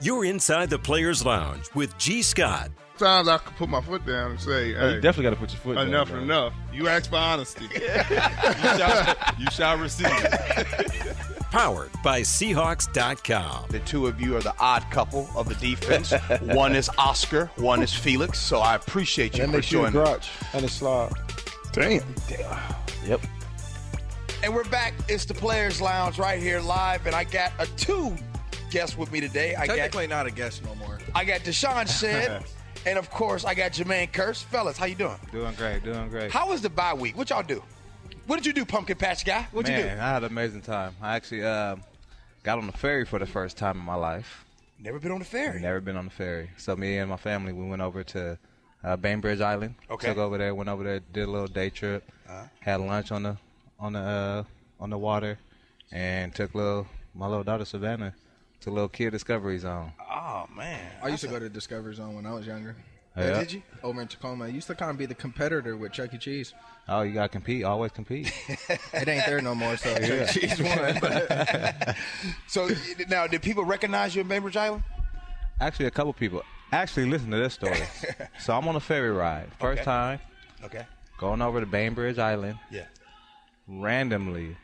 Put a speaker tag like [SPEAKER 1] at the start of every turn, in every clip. [SPEAKER 1] You're inside the Players Lounge with G. Scott.
[SPEAKER 2] Sometimes I could put my foot down and say,
[SPEAKER 3] Oh, you
[SPEAKER 2] hey,
[SPEAKER 3] definitely got to put your foot down,
[SPEAKER 2] enough
[SPEAKER 3] bro.
[SPEAKER 2] enough. You asked for honesty.
[SPEAKER 4] You shall, you shall receive.
[SPEAKER 1] Powered by Seahawks.com.
[SPEAKER 5] The two of you are the odd couple of the defense. one is Oscar, one is Felix. So I appreciate you
[SPEAKER 6] That
[SPEAKER 5] for
[SPEAKER 6] makes you a
[SPEAKER 5] joining. us.
[SPEAKER 6] grouch and a slob.
[SPEAKER 2] Damn.
[SPEAKER 3] Yep.
[SPEAKER 5] And we're back. It's the Players Lounge right here live, and I got a two guests with me today. I got
[SPEAKER 4] Technically not a guest no more.
[SPEAKER 5] I got Deshaun said, and of course I got Jermaine Curse. Fellas, how you doing?
[SPEAKER 3] Doing great, doing great.
[SPEAKER 5] How was the bye week? What y'all do? What did you do, Pumpkin Patch guy? What'd
[SPEAKER 3] Man,
[SPEAKER 5] you do?
[SPEAKER 3] I had an amazing time. I actually um, got on the ferry for the first time in my life.
[SPEAKER 5] Never been on the ferry.
[SPEAKER 3] Never been on the ferry. So me and my family, we went over to uh, Bainbridge Island.
[SPEAKER 5] Okay.
[SPEAKER 3] Took over there, went over there, did a little day trip,
[SPEAKER 6] Uh-huh.
[SPEAKER 3] had lunch on the on the uh, on the water, and took little my little daughter Savannah to little kid discovery zone.
[SPEAKER 5] Oh man.
[SPEAKER 7] I used to go to Discovery Zone when I was younger.
[SPEAKER 3] Yeah.
[SPEAKER 5] Did you?
[SPEAKER 7] Over in Tacoma, I used to kind of be the competitor with Chuck E. Cheese.
[SPEAKER 3] Oh, you gotta compete. Always compete.
[SPEAKER 7] It ain't there no more, so Chuck E. Cheese won.
[SPEAKER 5] So now, did people recognize you in Bainbridge Island?
[SPEAKER 3] actually a couple people actually listen to this story. so I'm on a ferry ride, first
[SPEAKER 5] Okay.
[SPEAKER 3] time
[SPEAKER 5] Okay.
[SPEAKER 3] going over to Bainbridge Island.
[SPEAKER 5] Yeah.
[SPEAKER 3] Randomly,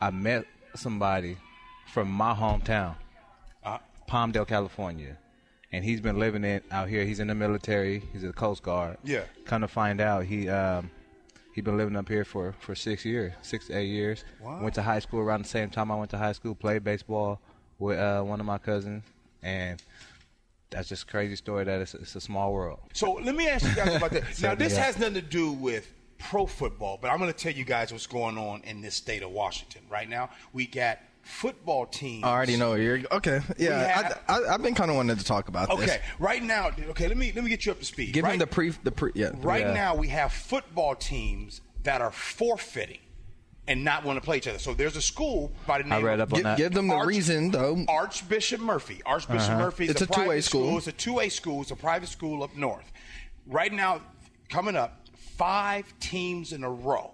[SPEAKER 3] I met somebody from my hometown, Uh. Palmdale, California, and he's been living in out here. He's in the military. He's a Coast Guard.
[SPEAKER 5] Yeah.
[SPEAKER 3] Come to find out, he um, he been living up here for for six years, six to eight years.
[SPEAKER 5] Wow.
[SPEAKER 3] Went to high school around the same time I went to high school. Played baseball with uh, one of my cousins, and that's just a crazy story. That it's, it's a small world.
[SPEAKER 5] So let me ask you guys about that. now, this
[SPEAKER 3] yeah.
[SPEAKER 5] has nothing to do with pro football, but I'm going to tell you guys what's going on in this state of Washington right now. We got football teams.
[SPEAKER 7] I already know where you're. Okay, yeah,
[SPEAKER 5] have-
[SPEAKER 7] I, I, I've been kind of wanting to talk about this.
[SPEAKER 5] Okay, right now, okay, let me let me get you up to speed.
[SPEAKER 7] give
[SPEAKER 5] right,
[SPEAKER 7] him the pre, the pre, yeah.
[SPEAKER 5] right
[SPEAKER 3] Yeah.
[SPEAKER 5] now we have football teams that are forfeiting and not want to play each other. So there's a school by the name.
[SPEAKER 3] I read
[SPEAKER 5] of,
[SPEAKER 3] up on
[SPEAKER 7] Give,
[SPEAKER 3] that. Uh-huh.
[SPEAKER 7] give them the
[SPEAKER 5] Arch-
[SPEAKER 7] reason though.
[SPEAKER 5] Archbishop Murphy. Archbishop Murphy. Is
[SPEAKER 7] It's a
[SPEAKER 5] private
[SPEAKER 7] two-way school.
[SPEAKER 5] It's a two-way school. It's a private school up north. Right now, coming up, five teams in a row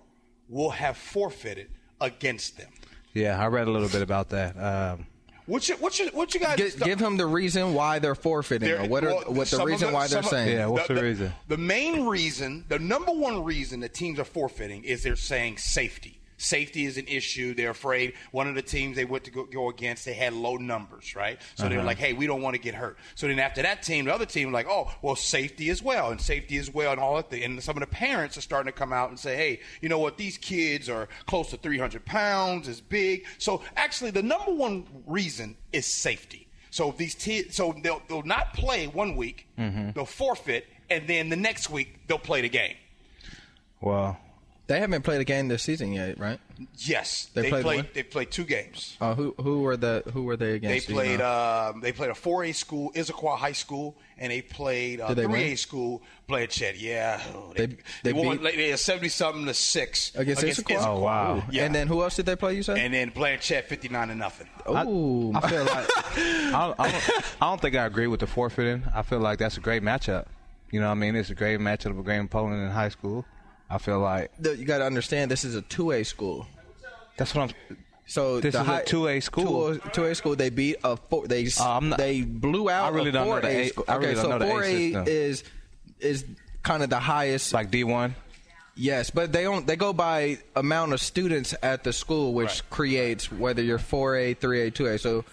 [SPEAKER 5] will have forfeited against them.
[SPEAKER 3] Yeah, I read a little bit about that. Um,
[SPEAKER 5] What's your, what's your, what you guys?
[SPEAKER 7] Gi- give him the reason why they're forfeiting.
[SPEAKER 5] There-
[SPEAKER 7] or what are
[SPEAKER 5] well,
[SPEAKER 7] what the
[SPEAKER 5] some of
[SPEAKER 7] reason
[SPEAKER 5] the-
[SPEAKER 7] why they're
[SPEAKER 5] some of-
[SPEAKER 7] saying?
[SPEAKER 3] Yeah, what's the reason?
[SPEAKER 5] The main reason, the number one reason that teams are forfeiting is they're saying safety. Safety is an issue. They're afraid. One of the teams they went to go, go against, they had low numbers, right? So
[SPEAKER 7] Uh-huh.
[SPEAKER 5] they were like, "Hey, we don't want to get hurt." So then after that team, the other team, like, "Oh, well, safety as well, and safety as well, and all that." Thing. And some of the parents are starting to come out and say, "Hey, you know what? These kids are close to 300 pounds, is big." So actually, the number one reason is safety. So these te- so they'll they'll not play one week,
[SPEAKER 7] Mm-hmm.
[SPEAKER 5] they'll forfeit, and then the next week they'll play the game.
[SPEAKER 3] well,
[SPEAKER 7] They haven't played a game this season yet, right?
[SPEAKER 5] Yes,
[SPEAKER 7] They played
[SPEAKER 5] played.
[SPEAKER 7] one?
[SPEAKER 5] They played two games.
[SPEAKER 7] Uh, who who were the who were they
[SPEAKER 5] They
[SPEAKER 7] against? do you
[SPEAKER 5] played.
[SPEAKER 7] know?
[SPEAKER 5] Um, they played a 4A school, Issaquah High School, and they played uh,
[SPEAKER 7] Did they
[SPEAKER 5] 3A
[SPEAKER 7] win?
[SPEAKER 5] school, Blanchett. Yeah, Oh, they,
[SPEAKER 7] They-
[SPEAKER 5] they,
[SPEAKER 7] they
[SPEAKER 5] won.
[SPEAKER 7] beat-
[SPEAKER 5] like, they had seventy something to six
[SPEAKER 7] against, Issaquah.
[SPEAKER 3] Oh, wow.
[SPEAKER 7] Ooh.
[SPEAKER 5] Yeah.
[SPEAKER 7] And then who else did they play? You said?
[SPEAKER 5] And then Blanchett fifty nine to nothing.
[SPEAKER 7] Oh,
[SPEAKER 3] I feel like I, don't, I, don't, I don't think I agree with the forfeiting. I feel like that's a great matchup. You know what I mean? It's a great matchup of Graham Poland in high school. I feel like
[SPEAKER 7] the- you got to understand this is a two A school.
[SPEAKER 3] that's what I'm.
[SPEAKER 7] So
[SPEAKER 3] This
[SPEAKER 7] the
[SPEAKER 3] is a 2A school.
[SPEAKER 7] Two A school. They beat a four. They s-
[SPEAKER 3] Uh, I'm not-
[SPEAKER 7] they blew out.
[SPEAKER 3] I really
[SPEAKER 7] a
[SPEAKER 3] don't know
[SPEAKER 7] 4A
[SPEAKER 3] the A-
[SPEAKER 7] school.
[SPEAKER 3] I
[SPEAKER 7] okay,
[SPEAKER 3] really don't
[SPEAKER 7] so
[SPEAKER 3] know the A
[SPEAKER 7] four
[SPEAKER 3] system.
[SPEAKER 7] is is kind of the highest.
[SPEAKER 3] It's like D one.
[SPEAKER 7] yes, but they don't. They go by amount of students at the school, which creates whether you're four A, three A, two A. So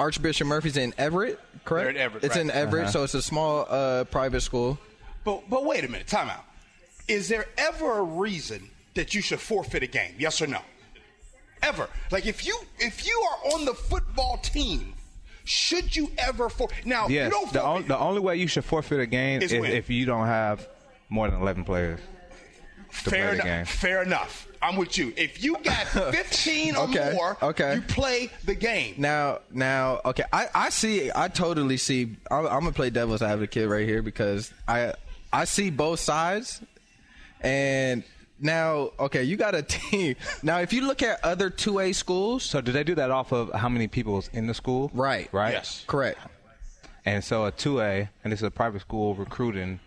[SPEAKER 7] Archbishop Murphy's in Everett, correct?
[SPEAKER 5] They're in Everett,
[SPEAKER 7] It's
[SPEAKER 5] right.
[SPEAKER 7] in Everett,
[SPEAKER 3] Uh-huh.
[SPEAKER 7] so it's a small uh, private school.
[SPEAKER 5] But but wait a minute, time out. Is there ever a reason that you should forfeit a game? Yes or no? Ever? Like if you if you are on the football team, should you ever for now you
[SPEAKER 3] Yes,
[SPEAKER 5] don't
[SPEAKER 3] the, on,
[SPEAKER 5] forfeit
[SPEAKER 3] the only way you should forfeit a game
[SPEAKER 5] Is
[SPEAKER 3] is
[SPEAKER 5] win.
[SPEAKER 3] if you don't have more than eleven players. to
[SPEAKER 5] fair
[SPEAKER 3] play the
[SPEAKER 5] enough.
[SPEAKER 3] game.
[SPEAKER 5] Fair enough. I'm with you. If you got 15
[SPEAKER 7] Okay,
[SPEAKER 5] or more,
[SPEAKER 7] okay.
[SPEAKER 5] you play the game.
[SPEAKER 7] Now, now, okay, I, I see, I totally see. I'm, I'm gonna play devil's advocate right here because I, I see both sides, and now, okay, you got a team. Now, if you look at other two A schools,
[SPEAKER 3] So do they do that off of how many people is in the school?
[SPEAKER 7] Right.
[SPEAKER 3] Right.
[SPEAKER 5] Yes.
[SPEAKER 7] correct,
[SPEAKER 3] And so a two A, and this is a private school recruiting.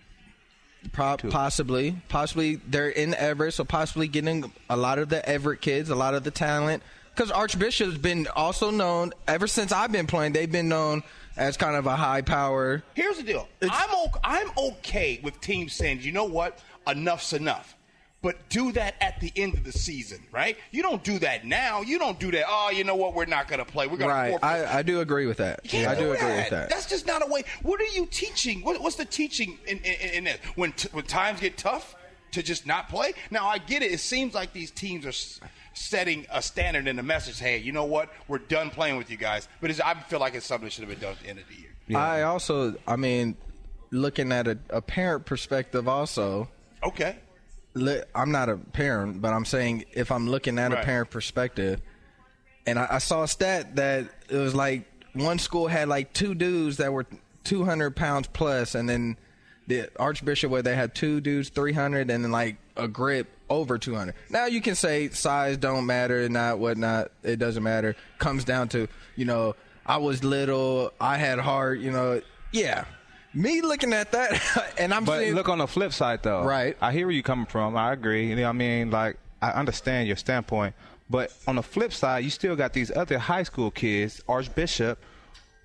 [SPEAKER 7] Pro- possibly, possibly they're in Everett, so possibly getting a lot of the Everett kids, a lot of the talent, because Archbishop's been also known ever since I've been playing. They've been known as kind of a high power.
[SPEAKER 5] Here's the deal. I'm okay, I'm okay with teams saying, you know what, enough's enough. But do that at the end of the season, right? You don't do that now. You don't do that. Oh, you know what? We're not going to play. We're going to
[SPEAKER 7] Right.
[SPEAKER 5] forfeit.
[SPEAKER 7] I, I do agree with that.
[SPEAKER 5] You can't
[SPEAKER 7] I do agree with that.
[SPEAKER 5] That's just not a way. What are you teaching? What, what's the teaching in, in, in that? When, t- when times get tough, to just not play? Now, I get it. It seems like these teams are s- setting a standard and a message. Hey, you know what? We're done playing with you guys. But it's, I feel like it's something that should have been done at the end of the year.
[SPEAKER 7] I also, I mean, looking at a, a parent perspective, also,
[SPEAKER 5] Okay.
[SPEAKER 7] li- I'm not a parent, but I'm saying if I'm looking at a
[SPEAKER 5] Right.
[SPEAKER 7] parent perspective, and I, I saw a stat that it was like one school had like two dudes that were 200 pounds plus, and then the Archbishop where they had two dudes 300, and then like a grip over 200. Now you can say size don't matter, not whatnot, it doesn't matter. Comes down to you know I was little, I had heart, you know, yeah. Me looking at that, and I'm
[SPEAKER 3] But
[SPEAKER 7] seeing
[SPEAKER 3] look on the flip side, though.
[SPEAKER 7] Right.
[SPEAKER 3] I hear where you coming from. I agree. You know, what I mean, like, I understand your standpoint. But on the flip side, you still got these other high school kids, Archbishop,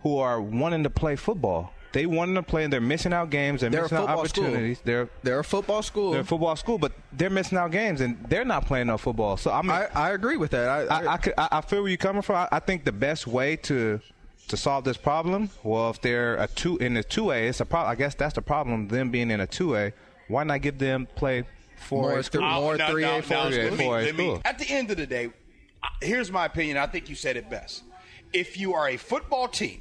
[SPEAKER 3] who are wanting to play football. They wanting to play, and they're missing out games. They're,
[SPEAKER 7] they're a
[SPEAKER 3] missing out
[SPEAKER 7] football school.
[SPEAKER 3] opportunities. They're
[SPEAKER 7] they're a football school.
[SPEAKER 3] they're a football school, but they're missing out games, and they're not playing no football. So I mean,
[SPEAKER 7] I, I agree with that. I,
[SPEAKER 3] I, I, could- I, I feel where you're coming from. I, I think the best way to to solve this problem, well, if they're a two in a two A, it's a problem. I guess that's the problem. Them being in a two A, why not give them play four
[SPEAKER 7] More
[SPEAKER 3] A school?
[SPEAKER 7] through-
[SPEAKER 5] Oh,
[SPEAKER 7] more
[SPEAKER 5] no,
[SPEAKER 7] 3A,
[SPEAKER 5] no, no,
[SPEAKER 3] 4A,
[SPEAKER 5] let me-
[SPEAKER 3] 4A
[SPEAKER 5] let me-
[SPEAKER 3] school.
[SPEAKER 5] At the end of the day, I- here's my opinion. I think you said it best. If you are a football team,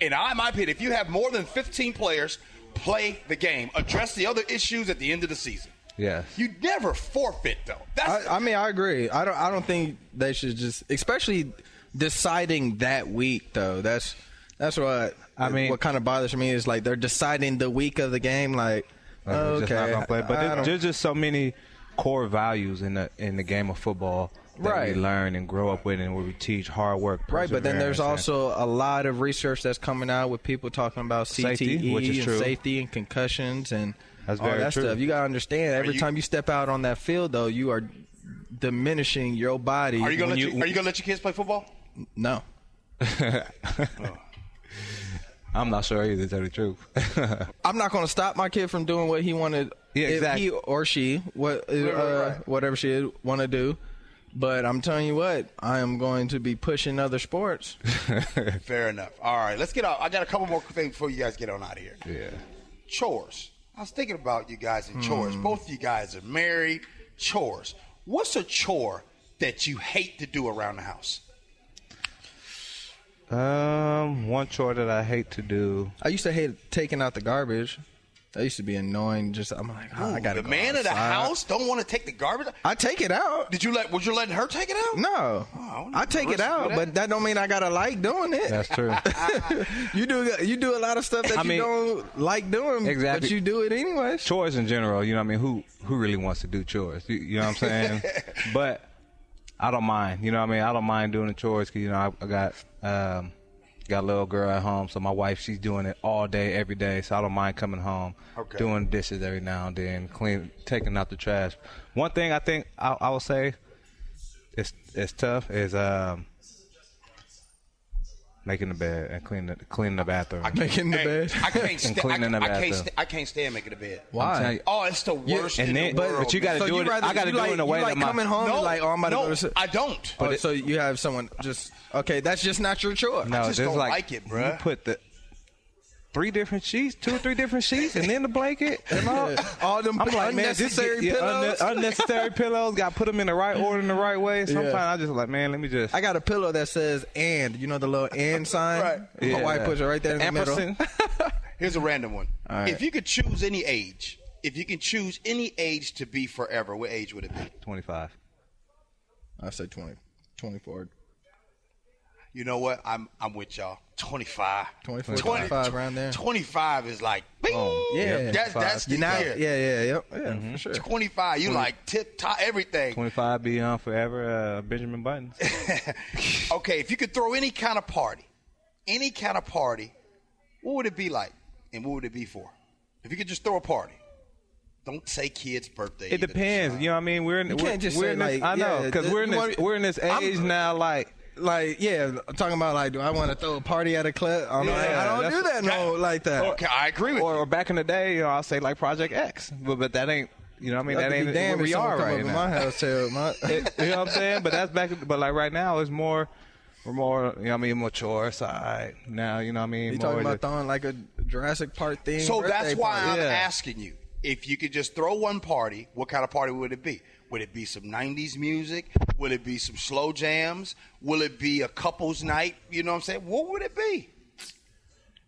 [SPEAKER 5] and I, my opinion, if you have more than 15 players, play the game. Address the other issues at the end of the season.
[SPEAKER 3] Yes.
[SPEAKER 5] You never forfeit though. That's
[SPEAKER 7] I, I mean, I agree. I don't. I don't think they should just, especially deciding that week though. That's that's what
[SPEAKER 3] I mean-
[SPEAKER 7] What kind of bothers me is like they're deciding the week of the game. Like,
[SPEAKER 3] Like, we're
[SPEAKER 7] okay,
[SPEAKER 3] just not gonna play. But
[SPEAKER 7] I
[SPEAKER 3] there-
[SPEAKER 7] don't-
[SPEAKER 3] there's just so many core values in the in the game of football that
[SPEAKER 7] Right.
[SPEAKER 3] we learn and grow up with, and where we teach hard work.
[SPEAKER 7] right. But then there's
[SPEAKER 3] perseverance, and-
[SPEAKER 7] also a lot of research that's coming out with people talking about CTE
[SPEAKER 3] Safety, which is
[SPEAKER 7] and
[SPEAKER 3] true.
[SPEAKER 7] safety and concussions and
[SPEAKER 3] That's
[SPEAKER 7] all
[SPEAKER 3] very
[SPEAKER 7] that
[SPEAKER 3] true.
[SPEAKER 7] stuff. You gotta understand. Every
[SPEAKER 5] you-
[SPEAKER 7] time you step out on that field, though, you are diminishing your body.
[SPEAKER 5] are you gonna
[SPEAKER 7] when
[SPEAKER 5] let you, are you gonna let your kids play football?
[SPEAKER 7] No.
[SPEAKER 3] I'm not sure either. To tell you the truth.
[SPEAKER 7] I'm not going to stop my kid from doing what he wanted.
[SPEAKER 3] Yeah,
[SPEAKER 7] if
[SPEAKER 3] exactly.
[SPEAKER 7] He or she, what, uh, whatever she want to do. But I'm telling you what, I am going to be pushing other sports.
[SPEAKER 5] Fair enough. All right, let's get out. I got a couple more things before you guys get on out of here. Yeah. Chores. I was thinking about you guys and chores.
[SPEAKER 7] Hmm.
[SPEAKER 5] Both of you guys are married. Chores. What's a chore that you hate to do around the house?
[SPEAKER 3] um, one chore that I hate to do.
[SPEAKER 7] I used to hate taking out the garbage. That used to be annoying. Just I'm like, oh, I
[SPEAKER 5] Ooh,
[SPEAKER 7] got
[SPEAKER 5] the man of the house don't want to take the garbage.
[SPEAKER 7] I take it out.
[SPEAKER 5] Did you let? Was you letting her take it out?
[SPEAKER 7] No,
[SPEAKER 5] Oh,
[SPEAKER 7] I take it
[SPEAKER 5] listen to
[SPEAKER 7] out,
[SPEAKER 5] that.
[SPEAKER 7] but that don't mean I gotta like doing it.
[SPEAKER 3] That's true.
[SPEAKER 7] you do you do a lot of stuff that
[SPEAKER 3] I
[SPEAKER 7] you
[SPEAKER 3] mean-
[SPEAKER 7] don't like doing,
[SPEAKER 3] Exactly.
[SPEAKER 7] but you do it anyways.
[SPEAKER 3] chores in general, you know what I mean? Who who really wants to do chores? You, you know what I'm saying? but I don't mind. You know what I mean? I don't mind doing the chores because you know I, I got um, got a little girl at home, so my wife she's doing it all day, every day. So I don't mind coming home,
[SPEAKER 5] Okay.
[SPEAKER 3] doing dishes every now and then, clean, taking out the trash. One thing I think I, I will say it's it's tough is um, making the bed and cleaning the, cleaning the bathroom.
[SPEAKER 7] Making the
[SPEAKER 5] Hey,
[SPEAKER 7] bed.
[SPEAKER 5] I can't stand. I,
[SPEAKER 3] cleaning the
[SPEAKER 5] I can't.
[SPEAKER 3] bathroom.
[SPEAKER 5] Sta- I can't stand making the bed.
[SPEAKER 3] I'm telling
[SPEAKER 7] Why?
[SPEAKER 3] you,
[SPEAKER 5] Oh, it's the worst.
[SPEAKER 3] and
[SPEAKER 5] in
[SPEAKER 3] then,
[SPEAKER 5] the
[SPEAKER 3] but,
[SPEAKER 5] world,
[SPEAKER 3] but you got to
[SPEAKER 7] So
[SPEAKER 3] do
[SPEAKER 7] you
[SPEAKER 3] it.
[SPEAKER 7] rather-
[SPEAKER 3] I got to
[SPEAKER 7] you
[SPEAKER 3] do
[SPEAKER 7] like-
[SPEAKER 3] it in a
[SPEAKER 7] you
[SPEAKER 3] way
[SPEAKER 7] like
[SPEAKER 3] that my,
[SPEAKER 7] coming home and
[SPEAKER 5] No,
[SPEAKER 7] like, oh, I'm about to
[SPEAKER 5] no,
[SPEAKER 7] go to sleep.
[SPEAKER 5] I don't.
[SPEAKER 7] Oh, so you have someone just okay? That's just not your chore.
[SPEAKER 3] No,
[SPEAKER 5] just
[SPEAKER 3] there's
[SPEAKER 5] don't
[SPEAKER 3] like,
[SPEAKER 5] like it,
[SPEAKER 3] you
[SPEAKER 5] bruh.
[SPEAKER 3] put the three different sheets, two or three different sheets, and then the blanket. And all,
[SPEAKER 7] All them
[SPEAKER 3] I'm like, man, just
[SPEAKER 7] unnecessary
[SPEAKER 3] get- yeah, unne-
[SPEAKER 7] pillows.
[SPEAKER 3] unnecessary pillows. Got to put them in the right order, in the right way. Sometimes I just like, man, let me just.
[SPEAKER 7] I got a pillow that says "and." You know the little "and" sign.
[SPEAKER 5] Right.
[SPEAKER 7] My wife puts it right there in the middle.
[SPEAKER 3] Ampersand.
[SPEAKER 5] Here's a random one. If you could choose any age, if you can choose any age to be forever, what age would it be?
[SPEAKER 3] Twenty-five.
[SPEAKER 7] I said 20, 24,
[SPEAKER 5] You know what? I'm I'm with y'all. 25.
[SPEAKER 7] 24, 25, around there. Oh,
[SPEAKER 5] 25 is like, bing.
[SPEAKER 7] yeah. Mm-hmm.
[SPEAKER 5] That's, that's the
[SPEAKER 7] You know? Yeah,
[SPEAKER 5] year.
[SPEAKER 7] yeah, yep, yeah, for sure.
[SPEAKER 5] 25, you like tip top everything.
[SPEAKER 3] Twenty-five be on forever. Uh, Benjamin Buttons.
[SPEAKER 5] Okay, if you could throw any kind of party, any kind of party, what would it be like and what would it be for? If you could just throw a party, don't say kids' birthday.
[SPEAKER 3] It
[SPEAKER 5] either.
[SPEAKER 3] depends. You know what I mean? We're in.
[SPEAKER 7] You
[SPEAKER 3] we're,
[SPEAKER 7] can't just
[SPEAKER 3] we're
[SPEAKER 7] say,
[SPEAKER 3] in this,
[SPEAKER 7] like,
[SPEAKER 3] I know
[SPEAKER 7] yeah,
[SPEAKER 3] because
[SPEAKER 7] th-
[SPEAKER 3] we're in
[SPEAKER 7] you
[SPEAKER 3] this.
[SPEAKER 7] wanna-
[SPEAKER 3] we're in this age
[SPEAKER 7] I'm-
[SPEAKER 3] now. Like
[SPEAKER 7] like yeah, talking about like, do I want to throw a party at a club? I'm like,
[SPEAKER 3] Yeah,
[SPEAKER 7] I don't do that no like that.
[SPEAKER 5] Okay, I agree with
[SPEAKER 3] or,
[SPEAKER 5] you.
[SPEAKER 3] or back in the day, you know, I'll say like Project X, but but that ain't you know what I mean
[SPEAKER 7] I
[SPEAKER 3] that
[SPEAKER 7] could
[SPEAKER 3] ain't
[SPEAKER 7] be
[SPEAKER 3] where
[SPEAKER 7] damned if
[SPEAKER 3] we
[SPEAKER 7] someone
[SPEAKER 3] are
[SPEAKER 7] come
[SPEAKER 3] right
[SPEAKER 7] over
[SPEAKER 3] now.
[SPEAKER 7] my house till my.
[SPEAKER 3] you know what I'm saying? But that's back. But like right now, it's more we're more you know what I mean mature side now. You know what I mean?
[SPEAKER 7] You talking
[SPEAKER 3] More
[SPEAKER 7] about
[SPEAKER 3] the-
[SPEAKER 7] throwing like a Jurassic Park thing?
[SPEAKER 5] So that's why I'm
[SPEAKER 3] Yeah.
[SPEAKER 5] asking you if you could just throw one party, what kind of party would it be? Would it be some 90s music? Would it be some slow jams? Will it be a couples night? You know what I'm saying? What would it be?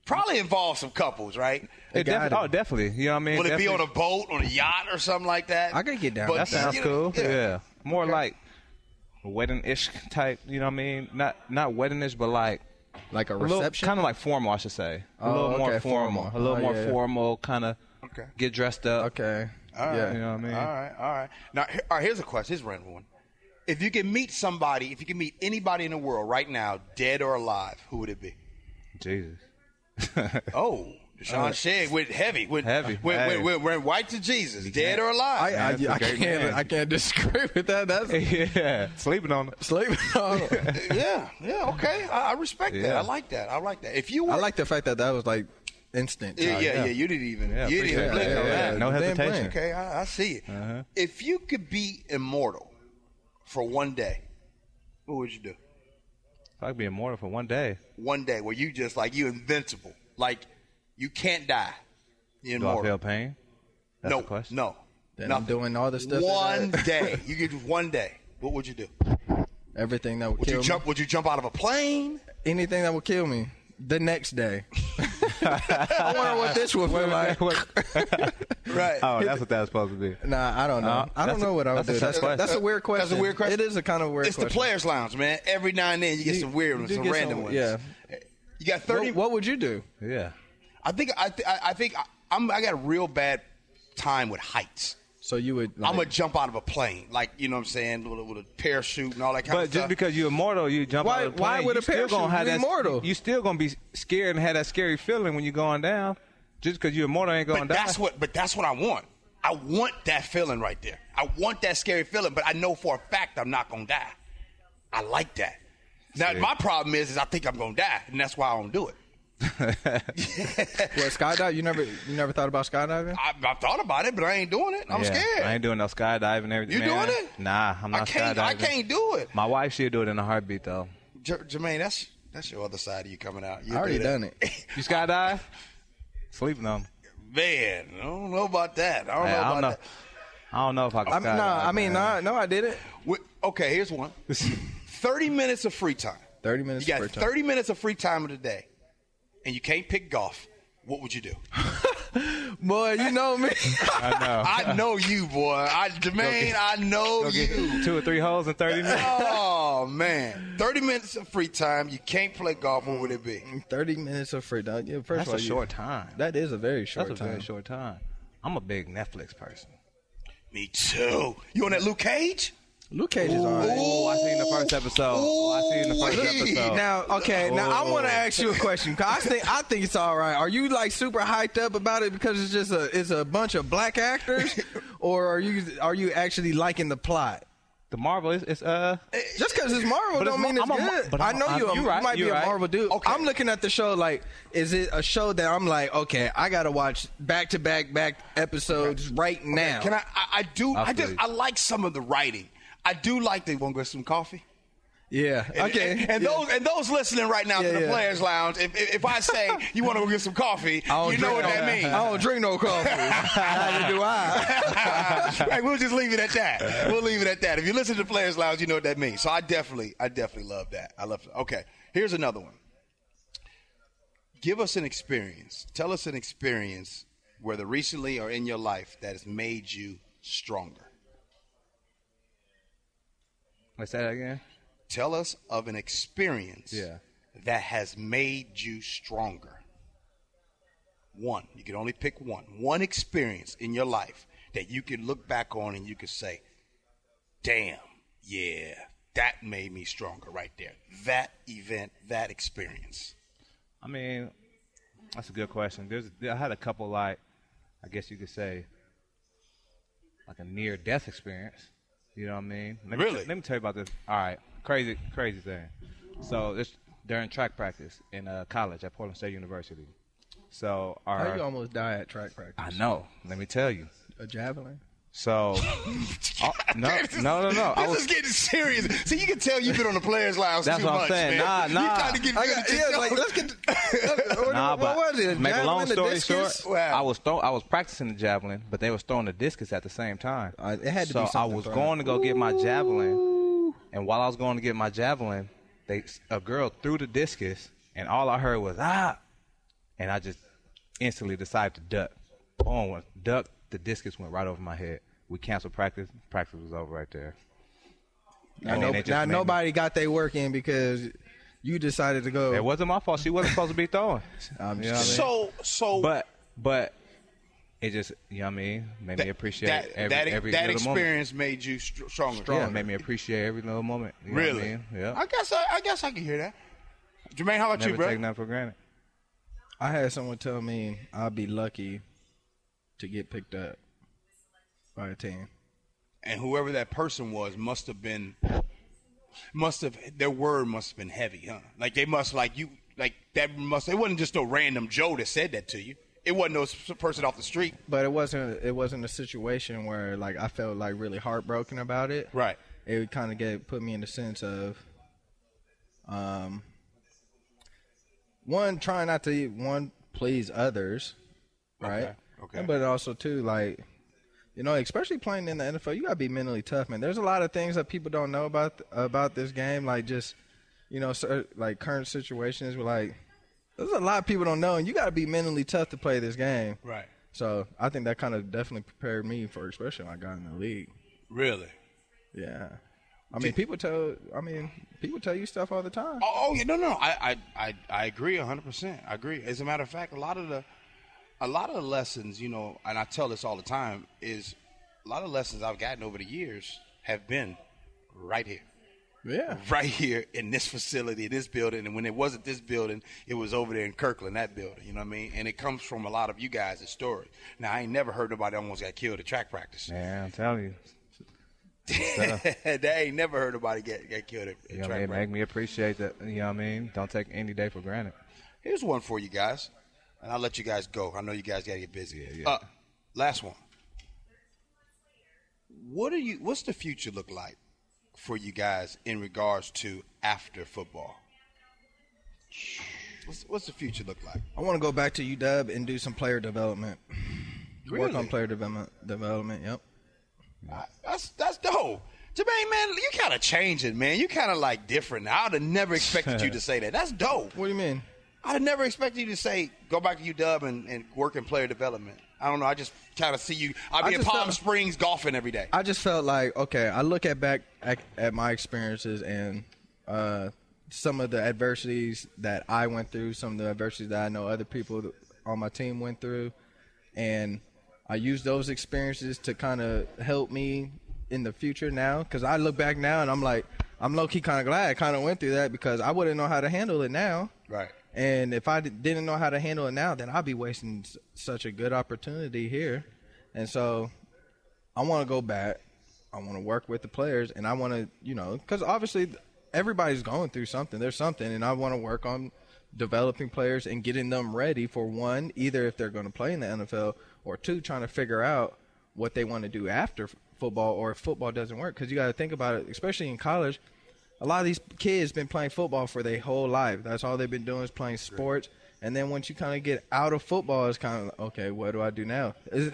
[SPEAKER 5] Probably involve some couples, right?
[SPEAKER 3] it
[SPEAKER 7] Got
[SPEAKER 3] defi-
[SPEAKER 7] it.
[SPEAKER 3] oh, definitely. You know what I mean?
[SPEAKER 5] Would it be
[SPEAKER 3] Definitely.
[SPEAKER 5] on a boat, on a yacht, or something like that?
[SPEAKER 7] I could get down
[SPEAKER 3] That
[SPEAKER 7] with
[SPEAKER 3] sounds
[SPEAKER 5] you know,
[SPEAKER 3] cool. Yeah. More like wedding ish type, you know what I mean? Not not wedding ish, but like
[SPEAKER 7] like a
[SPEAKER 3] a little
[SPEAKER 7] reception.
[SPEAKER 3] kind of like formal, I should say. A
[SPEAKER 7] Oh,
[SPEAKER 3] little more
[SPEAKER 7] okay,
[SPEAKER 3] formal.
[SPEAKER 7] formal.
[SPEAKER 3] A little
[SPEAKER 7] Oh,
[SPEAKER 3] more
[SPEAKER 7] yeah, yeah.
[SPEAKER 3] formal kind of get dressed up.
[SPEAKER 7] okay.
[SPEAKER 3] You know what I mean?
[SPEAKER 5] All right, all right. Now, he- all right, here's a question. Here's a random one. If you could meet somebody, if you could meet anybody in the world right now, dead or alive, who would it be?
[SPEAKER 3] Jesus.
[SPEAKER 5] Oh, Deshaun Shea went heavy, went
[SPEAKER 3] Uh, Heavy,
[SPEAKER 5] went,
[SPEAKER 3] heavy.
[SPEAKER 5] went, went, went right to Jesus, dead or
[SPEAKER 7] I,
[SPEAKER 5] alive.
[SPEAKER 7] I,
[SPEAKER 3] that's a
[SPEAKER 7] I
[SPEAKER 3] great
[SPEAKER 7] can't
[SPEAKER 3] man.
[SPEAKER 7] I can't disagree with that. That's
[SPEAKER 3] yeah. Sleeping on
[SPEAKER 7] sleep.
[SPEAKER 5] Uh, yeah, yeah, okay. I, I respect that.
[SPEAKER 3] Yeah.
[SPEAKER 5] I like that. I like that. If you were,
[SPEAKER 7] I like the fact that that was like instant.
[SPEAKER 5] yeah,
[SPEAKER 7] dog.
[SPEAKER 5] yeah, yeah, you didn't even,
[SPEAKER 3] Yeah,
[SPEAKER 5] you didn't even
[SPEAKER 3] appreciate
[SPEAKER 5] blink
[SPEAKER 3] it.
[SPEAKER 5] on
[SPEAKER 3] Yeah,
[SPEAKER 5] that.
[SPEAKER 3] yeah, Uh-huh. no
[SPEAKER 7] Damn
[SPEAKER 3] hesitation.
[SPEAKER 7] blank.
[SPEAKER 5] Okay, I, I see it. If you could be immortal for one day, what would you do?
[SPEAKER 3] I'd be immortal for one day.
[SPEAKER 5] One day where you just like you invincible, like you can't die. You're
[SPEAKER 3] Do I
[SPEAKER 5] immortal.
[SPEAKER 3] feel pain? That's
[SPEAKER 5] no,
[SPEAKER 3] the question.
[SPEAKER 5] no,
[SPEAKER 7] Then I'm
[SPEAKER 5] nothing.
[SPEAKER 7] doing all the stuff.
[SPEAKER 5] One
[SPEAKER 7] that-
[SPEAKER 5] day, you could do one day. What would you do?
[SPEAKER 7] everything that would
[SPEAKER 5] Would
[SPEAKER 7] kill
[SPEAKER 5] you
[SPEAKER 7] me.
[SPEAKER 5] jump? Would you jump out of a plane?
[SPEAKER 7] Anything that would kill me. The next day. I wonder what this would feel like.
[SPEAKER 5] Right.
[SPEAKER 3] Oh, that's what that was supposed to be.
[SPEAKER 7] Nah, I don't know.
[SPEAKER 3] Uh,
[SPEAKER 7] I don't
[SPEAKER 3] that's a-
[SPEAKER 7] know what I would
[SPEAKER 3] that's a
[SPEAKER 7] do.
[SPEAKER 3] tough
[SPEAKER 7] That's,
[SPEAKER 3] question.
[SPEAKER 7] that's a weird question.
[SPEAKER 5] That's a weird question.
[SPEAKER 7] It is a kind of weird
[SPEAKER 5] it's the
[SPEAKER 7] question.
[SPEAKER 5] players' lounge, man. Every now and then you get some weird ones,
[SPEAKER 7] you
[SPEAKER 5] some
[SPEAKER 7] get
[SPEAKER 5] random
[SPEAKER 7] some-
[SPEAKER 5] ones.
[SPEAKER 7] yeah.
[SPEAKER 5] You got
[SPEAKER 7] What-
[SPEAKER 5] thirty.
[SPEAKER 7] What, would you do?
[SPEAKER 3] Yeah.
[SPEAKER 5] I think. I, th- I I think. I, I'm. I got a real bad time with heights.
[SPEAKER 7] So you would.
[SPEAKER 5] I'm gonna
[SPEAKER 7] like-
[SPEAKER 5] jump out of a plane, like you know what I'm saying, with a, with a parachute and all that kind
[SPEAKER 3] But
[SPEAKER 5] of
[SPEAKER 3] just
[SPEAKER 5] stuff.
[SPEAKER 3] because you're immortal, you jump
[SPEAKER 7] Why-
[SPEAKER 3] out of the
[SPEAKER 7] why
[SPEAKER 3] plane.
[SPEAKER 7] would
[SPEAKER 3] you
[SPEAKER 7] a
[SPEAKER 3] still gonna
[SPEAKER 7] parachute
[SPEAKER 3] have
[SPEAKER 7] be
[SPEAKER 3] that-
[SPEAKER 7] immortal?
[SPEAKER 3] You still gonna be scared and have that scary feeling when you're going down. Just because you're immortal ain't gonna
[SPEAKER 5] but
[SPEAKER 3] die.
[SPEAKER 5] that's what. But that's what I want. I want that feeling right there. I want that scary feeling, but I know for a fact I'm not gonna die. I like that. Now my problem is, is I think I'm gonna die, and that's why I don't do it.
[SPEAKER 7] What, skydive? You never, you never thought about skydiving?
[SPEAKER 5] I, I've thought about it, but I ain't doing it. I'm
[SPEAKER 3] Yeah,
[SPEAKER 5] scared.
[SPEAKER 3] I ain't doing no skydiving and everything.
[SPEAKER 5] You
[SPEAKER 3] man.
[SPEAKER 5] doing it?
[SPEAKER 3] Nah, I'm not
[SPEAKER 5] I can't.
[SPEAKER 3] skydiving.
[SPEAKER 5] I can't do it.
[SPEAKER 3] My wife, she'll do it in a heartbeat, though.
[SPEAKER 5] J- Jermaine, that's that's your other side of you coming out. You
[SPEAKER 7] I already
[SPEAKER 5] do that.
[SPEAKER 7] done it.
[SPEAKER 3] You skydive? Sleeping on.
[SPEAKER 5] Man, I don't know about that. I don't
[SPEAKER 3] Hey,
[SPEAKER 5] know
[SPEAKER 3] I
[SPEAKER 5] about
[SPEAKER 3] don't know.
[SPEAKER 5] that.
[SPEAKER 3] I don't know if I can
[SPEAKER 7] I'm,
[SPEAKER 3] skydive.
[SPEAKER 7] nah, I mean, nah, no, I didn't.
[SPEAKER 5] Wait, okay, here's one. Thirty minutes of free time.
[SPEAKER 7] 30 minutes
[SPEAKER 5] You got
[SPEAKER 7] per time.
[SPEAKER 5] thirty minutes of free time of the day, and you can't pick golf. What would you do?
[SPEAKER 7] Boy, you know me.
[SPEAKER 5] I know you, boy. I, Jermaine, I know you.
[SPEAKER 3] Two or three holes in 30 minutes?
[SPEAKER 5] Oh man, thirty minutes of free time. You can't play golf. What would it be?
[SPEAKER 7] 30 minutes of free time. Yeah, first of
[SPEAKER 3] That's
[SPEAKER 7] all,
[SPEAKER 3] a
[SPEAKER 7] you-
[SPEAKER 3] short time.
[SPEAKER 7] That is a very short
[SPEAKER 3] That's a
[SPEAKER 7] time.
[SPEAKER 3] very short time. I'm a big Netflix person.
[SPEAKER 5] Me too. You on that Luke Cage?
[SPEAKER 7] Luke Cage is all right.
[SPEAKER 3] Oh, I seen the first episode. Oh, I seen the first
[SPEAKER 5] Ooh-wee.
[SPEAKER 3] episode.
[SPEAKER 7] Now, okay, now I want to ask you a question. 'cause I think I think it's all right. Are you like super hyped up about it because it's just a it's a bunch of black actors, or are you are you actually liking the plot?
[SPEAKER 3] the Marvel is, is uh
[SPEAKER 7] Just because it's Marvel
[SPEAKER 3] But it's
[SPEAKER 7] don't
[SPEAKER 3] Mar-
[SPEAKER 7] mean it's
[SPEAKER 3] I'm a Mar-
[SPEAKER 7] good.
[SPEAKER 3] but
[SPEAKER 7] I
[SPEAKER 3] I'm-
[SPEAKER 7] know
[SPEAKER 3] I'm-
[SPEAKER 7] you, a-
[SPEAKER 3] you
[SPEAKER 7] you
[SPEAKER 3] right,
[SPEAKER 7] might be
[SPEAKER 3] you
[SPEAKER 7] a
[SPEAKER 3] right.
[SPEAKER 7] Marvel dude.
[SPEAKER 5] Okay.
[SPEAKER 7] I'm looking at the show like, is it a show that I'm like, okay, I gotta watch back to back back episodes right now?
[SPEAKER 5] Can I? I, I do. I,
[SPEAKER 3] I
[SPEAKER 5] just.
[SPEAKER 3] feel you.
[SPEAKER 5] I like some of the writing. I do like. They want to get some coffee.
[SPEAKER 7] Yeah.
[SPEAKER 5] And-
[SPEAKER 7] okay.
[SPEAKER 5] And, and
[SPEAKER 7] yeah.
[SPEAKER 5] those and those listening right now
[SPEAKER 7] Yeah,
[SPEAKER 5] to the
[SPEAKER 7] yeah.
[SPEAKER 5] Players Lounge, if, if, if I say you want to go get some coffee,
[SPEAKER 7] I don't
[SPEAKER 5] you know
[SPEAKER 7] drink
[SPEAKER 5] what
[SPEAKER 7] no-
[SPEAKER 5] that means.
[SPEAKER 7] I don't drink no coffee. Neither do I.
[SPEAKER 5] Right, we'll just leave it at that. We'll leave it at that. If you listen to Players Lounge, you know what that means. So I definitely, I definitely love that. I love. Okay, here's another one. Give us an experience. Tell us an experience, whether recently or in your life, that has made you stronger.
[SPEAKER 3] What's that again?
[SPEAKER 5] Tell us of an experience
[SPEAKER 3] Yeah.
[SPEAKER 5] that has made you stronger. One. You can only pick one. One experience in your life that you can look back on and you can say, damn, yeah, that made me stronger right there. That event, that experience.
[SPEAKER 3] I mean, that's a good question. There's I had a couple like I guess you could say like a near death experience. You know what I mean? Let me-
[SPEAKER 5] Really?
[SPEAKER 3] let me tell you about this. All right, crazy crazy thing. So it's during track practice in uh, college at Portland State University. So
[SPEAKER 7] How
[SPEAKER 3] our
[SPEAKER 7] you almost die at track practice?
[SPEAKER 3] I know. Let me tell you.
[SPEAKER 7] A javelin.
[SPEAKER 3] So Oh, no, no, no, no. Oh, I
[SPEAKER 5] This
[SPEAKER 3] was
[SPEAKER 5] is getting serious. See, you can tell you've been on the players' lounge
[SPEAKER 3] That's
[SPEAKER 5] too
[SPEAKER 3] what I'm
[SPEAKER 5] much,
[SPEAKER 3] saying. Nah,
[SPEAKER 5] man.
[SPEAKER 3] nah.
[SPEAKER 5] You trying to get
[SPEAKER 7] I
[SPEAKER 5] good
[SPEAKER 7] got,
[SPEAKER 5] at
[SPEAKER 7] yeah,
[SPEAKER 5] yourself.
[SPEAKER 7] like let's get. what,
[SPEAKER 3] Nah,
[SPEAKER 7] what
[SPEAKER 3] but
[SPEAKER 7] was it? A
[SPEAKER 3] make a
[SPEAKER 7] javelin,
[SPEAKER 3] long
[SPEAKER 7] the
[SPEAKER 3] story
[SPEAKER 7] discus?
[SPEAKER 3] short, I was throw, I was practicing the javelin, but they was throwing the discus at the same time.
[SPEAKER 7] Uh, it had to
[SPEAKER 3] so
[SPEAKER 7] be
[SPEAKER 3] I
[SPEAKER 7] something
[SPEAKER 3] was
[SPEAKER 7] thrown.
[SPEAKER 3] going to go get my javelin, and while I was going to get my javelin, they a girl threw the discus, and all I heard was ah, and I just instantly decided to duck. Boom, when I duck. The discus went right over my head. We canceled practice. Practice was over right there.
[SPEAKER 7] Now,
[SPEAKER 3] And
[SPEAKER 7] no-
[SPEAKER 3] then they just
[SPEAKER 7] now
[SPEAKER 3] made me-
[SPEAKER 7] nobody got their work in because you decided to go.
[SPEAKER 3] It wasn't my fault. She wasn't supposed to be throwing.
[SPEAKER 7] I'm
[SPEAKER 3] You know what I mean?
[SPEAKER 7] just
[SPEAKER 5] so, so
[SPEAKER 3] but but it just you know what I mean made me appreciate
[SPEAKER 5] that,
[SPEAKER 3] every
[SPEAKER 5] that,
[SPEAKER 3] every
[SPEAKER 5] that
[SPEAKER 3] little
[SPEAKER 5] experience made you str- stronger.
[SPEAKER 3] moment. Yeah, made me appreciate every little moment. You know what I
[SPEAKER 5] Really?
[SPEAKER 3] mean? Yeah.
[SPEAKER 5] I guess I, I guess I can hear that. Jermaine, how about
[SPEAKER 3] Never
[SPEAKER 5] you, bro?
[SPEAKER 3] take nothing for granted.
[SPEAKER 7] I had someone tell me I'd be lucky to get picked up by a team.
[SPEAKER 5] and whoever that person was must have been must have their word must have been heavy huh like they must like you like that must it wasn't just no random joe that said that to you it wasn't no s- person off the street
[SPEAKER 7] But it wasn't. It wasn't a situation where like I felt like really heartbroken about it.
[SPEAKER 5] right
[SPEAKER 7] It would kind of get put me in the sense of, um, one trying not to one please others, right?
[SPEAKER 5] Okay, okay.
[SPEAKER 7] But also too like. You know, especially playing in the NFL, you gotta be mentally tough, man. There's a lot of things that people don't know about about this game, like just, you know, cer- like current situations. Where like, there's a lot of people don't know, and you gotta be mentally tough to play this game.
[SPEAKER 5] right
[SPEAKER 7] So I think that kind of definitely prepared me for especially when I got in the league.
[SPEAKER 5] really
[SPEAKER 7] Yeah. I mean, people tell. I mean, people tell you stuff all the time.
[SPEAKER 5] oh, oh yeah no no I, I i i agree 100% i agree as a matter of fact a lot of the a lot of the lessons you know and i tell this all the time is a lot of lessons i've gotten over the years have been right here
[SPEAKER 7] Yeah.
[SPEAKER 5] right here in this facility, this building. And when it wasn't this building, it was over there in Kirkland, that building. You know what I mean? And it comes from a lot of you guys' story. Now, I ain't never heard nobody almost got killed at track practice.
[SPEAKER 3] Man, I'm telling you.
[SPEAKER 5] they ain't never heard nobody get, get killed at, at
[SPEAKER 3] You know what I
[SPEAKER 5] track
[SPEAKER 3] mean? Make
[SPEAKER 5] practice.
[SPEAKER 3] me appreciate that. You know what I mean? Don't take any day for granted.
[SPEAKER 5] Here's one for you guys, and I'll let you guys go. I know you guys got to get busy. Uh, last one. What are you? What's the future look like for you guys in regards to after football? What's, what's the future look like?
[SPEAKER 7] I want to go back to UW and do some player development. Work
[SPEAKER 5] Really?
[SPEAKER 7] on player development. Development. Yep.
[SPEAKER 5] That's that's dope. Jermaine, man, you kind of changing, man. You kind of like different. now. I'd have never expected you to say that. That's dope.
[SPEAKER 7] What do you mean?
[SPEAKER 5] I'd have never expected you to say go back to UW and, and work in player development. I don't know. I just kind of see you. I'll
[SPEAKER 7] I
[SPEAKER 5] be in
[SPEAKER 7] just
[SPEAKER 5] Palm
[SPEAKER 7] felt-
[SPEAKER 5] Springs golfing every day.
[SPEAKER 7] I just felt like okay. I look at back at, at my experiences and uh, some of the adversities that I went through, some of the adversities that I know other people th- on my team went through, and I use those experiences to kind of help me in the future now. Because I look back now and I'm like, I'm low key kind of glad I kind of went through that because I wouldn't know how to handle it now.
[SPEAKER 5] Right.
[SPEAKER 7] And if I d- didn't know how to handle it now, then I'd be wasting s- such a good opportunity here. And so I want to go back. I want to work with the players, and I want to, you know, because obviously th- everybody's going through something. There's something, and I want to work on developing players and getting them ready for one, either if they're going to play in the NFL, or two, trying to figure out what they want to do after f- football, or if football doesn't work. Because you got to think about it, especially in college. A lot of these kids been playing football for their whole life. That's all they've been doing is playing sports. And then once you kind of get out of football, it's kind of like, okay, what do I do now? Is-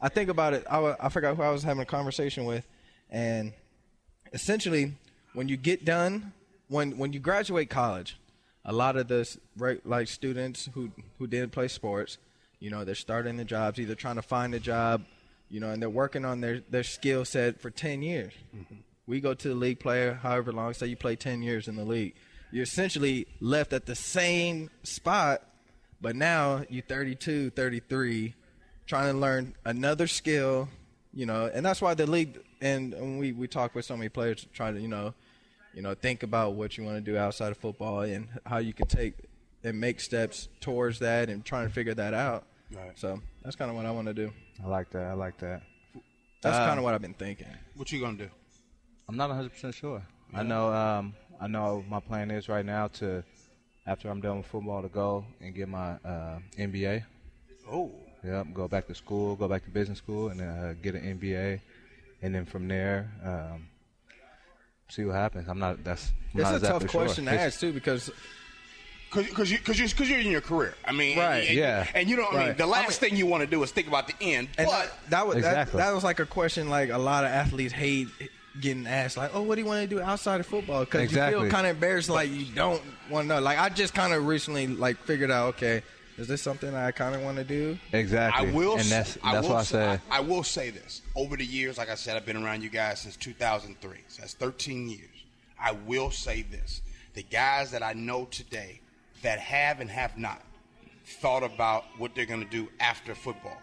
[SPEAKER 7] I think about it. I, wa- I forgot who I was having a conversation with, and essentially, when you get done, when when you graduate college, a lot of the s- right like students who who didn't play sports, you know, they're starting the jobs, either trying to find a job, you know, and they're working on their their skill set for ten years. We go to the league player, however long. Say you play ten years in the league, you're essentially left at the same spot, but now you're 32, 33, trying to learn another skill you know, and that's why the league and, and we we talk with so many players trying to you know, you know, think about what you want to do outside of football and how you can take and make steps towards that and trying to figure that out.
[SPEAKER 5] Right.
[SPEAKER 7] So that's kind of what I want to do.
[SPEAKER 3] I like that. I like that. Uh,
[SPEAKER 7] That's kind of what I've been thinking.
[SPEAKER 5] What you gonna do?
[SPEAKER 3] I'm not 100 percent sure. I know um, I know my plan is right now to, after I'm done with football, to go and get my uh, MBA.
[SPEAKER 5] Oh,
[SPEAKER 3] Yep, go back to school, go back to business school, and uh, get an MBA, and then from there, um, see what happens. I'm not. That's I'm
[SPEAKER 7] It's
[SPEAKER 3] not
[SPEAKER 7] a
[SPEAKER 3] exactly
[SPEAKER 7] tough
[SPEAKER 3] sure.
[SPEAKER 7] question to
[SPEAKER 3] It's-
[SPEAKER 7] ask too because
[SPEAKER 5] because you because you because you're in your career. I mean,
[SPEAKER 7] Right,
[SPEAKER 5] and- and-
[SPEAKER 3] yeah.
[SPEAKER 5] And you know, I mean,
[SPEAKER 7] Right.
[SPEAKER 5] the last thing you want to do is think about the end.
[SPEAKER 7] and
[SPEAKER 5] but
[SPEAKER 7] that, that was
[SPEAKER 3] Exactly.
[SPEAKER 7] that, that was like a question like a lot of athletes hate getting asked like, oh, what do you want to do outside of football? Because you
[SPEAKER 3] Exactly.
[SPEAKER 7] feel kind of embarrassed like you don't want to know. Like I just kind of recently like figured out okay, is this something I kind of want to do?
[SPEAKER 3] Exactly.
[SPEAKER 5] I will.
[SPEAKER 3] And
[SPEAKER 5] s-
[SPEAKER 3] that's
[SPEAKER 5] I
[SPEAKER 3] that's
[SPEAKER 5] will
[SPEAKER 3] why I
[SPEAKER 5] s-
[SPEAKER 3] said
[SPEAKER 5] I, I will say this. Over the years, like I said, I've been around you guys since 2003. So that's 13 years. I will say this: the guys that I know today that have and have not thought about what they're going to do after football.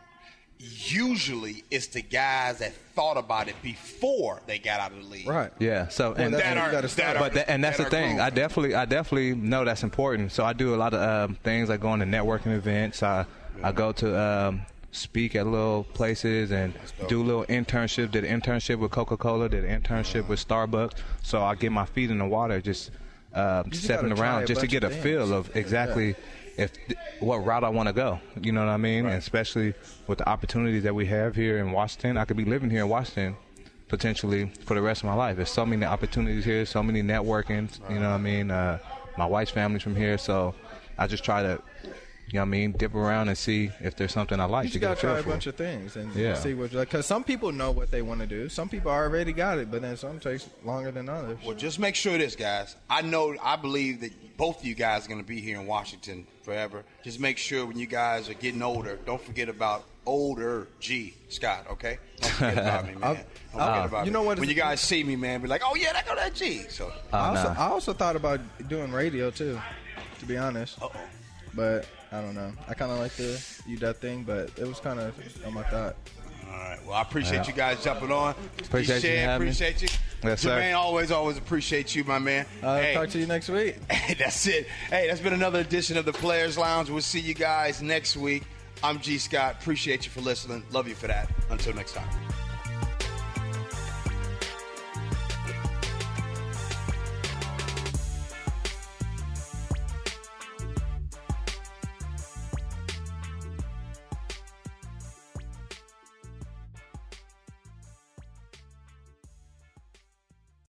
[SPEAKER 5] Usually, it's the guys that thought about it before they got out of the league.
[SPEAKER 7] Right.
[SPEAKER 3] yeah. So and
[SPEAKER 7] that's
[SPEAKER 5] That
[SPEAKER 7] where you
[SPEAKER 5] are,
[SPEAKER 7] gotta
[SPEAKER 5] that
[SPEAKER 7] start.
[SPEAKER 5] are,
[SPEAKER 3] but that, and that's
[SPEAKER 5] that
[SPEAKER 3] the
[SPEAKER 5] are
[SPEAKER 3] thing.
[SPEAKER 5] grown.
[SPEAKER 3] I definitely, I definitely know that's important. So I do a lot of um, things. I go into networking events. I I go to um, speak at little places and do little internship. Did an internship with Coca Cola. Did an internship with Starbucks. So I get my feet in the water, just um,
[SPEAKER 7] just
[SPEAKER 3] stepping
[SPEAKER 7] gotta try
[SPEAKER 3] around,
[SPEAKER 7] a
[SPEAKER 3] just to
[SPEAKER 7] bunch
[SPEAKER 3] get a
[SPEAKER 7] of things.
[SPEAKER 3] feel of exactly. If th- what route I want to go, you know what I mean, and especially with the opportunities that we have here in Washington, I could be living here in Washington potentially for the rest of my life. There's so many opportunities here, so many networkings. You know what I mean? Uh, my wife's family's from here, so I just try to, you know what I mean, dip around and see if there's something I like
[SPEAKER 7] You
[SPEAKER 3] to
[SPEAKER 7] just
[SPEAKER 3] get a
[SPEAKER 7] gotta
[SPEAKER 3] feel
[SPEAKER 7] try a
[SPEAKER 3] for.
[SPEAKER 7] bunch of things and
[SPEAKER 3] Yeah.
[SPEAKER 7] see what. Because some people know what they want to do. Some people already got it, but then some takes longer than others.
[SPEAKER 5] Well, just make sure this, guys. I know, I believe that both of you guys are going to be here in Washington forever. Just make sure when you guys are getting older, don't forget about older G Scott. Okay, don't forget about me, man.
[SPEAKER 7] I'll-
[SPEAKER 5] Don't
[SPEAKER 7] I'll-
[SPEAKER 5] forget about
[SPEAKER 7] Uh, you
[SPEAKER 5] me.
[SPEAKER 7] know what Uh,
[SPEAKER 5] When
[SPEAKER 7] is-
[SPEAKER 5] you guys see me, man, be like, oh yeah, that go that G. So
[SPEAKER 7] I,
[SPEAKER 3] Oh,
[SPEAKER 7] also,
[SPEAKER 3] nah.
[SPEAKER 7] I also thought about doing radio too, to be honest. But I don't know. I kind of like the you that thing, but it was kind of on my thought.
[SPEAKER 5] All right. Well, I appreciate you guys jumping on.
[SPEAKER 3] Appreciate you
[SPEAKER 5] Shed,
[SPEAKER 3] having me.
[SPEAKER 5] Appreciate you.
[SPEAKER 3] Yes, sir.
[SPEAKER 5] Jermaine, always, always appreciate you, my man.
[SPEAKER 7] Uh,
[SPEAKER 5] Hey.
[SPEAKER 7] Talk to you next week.
[SPEAKER 5] that's it. Hey, that's been another edition of the Players Lounge. We'll see you guys next week. I'm G Scott. Appreciate you for listening. Love you for that. Until next time.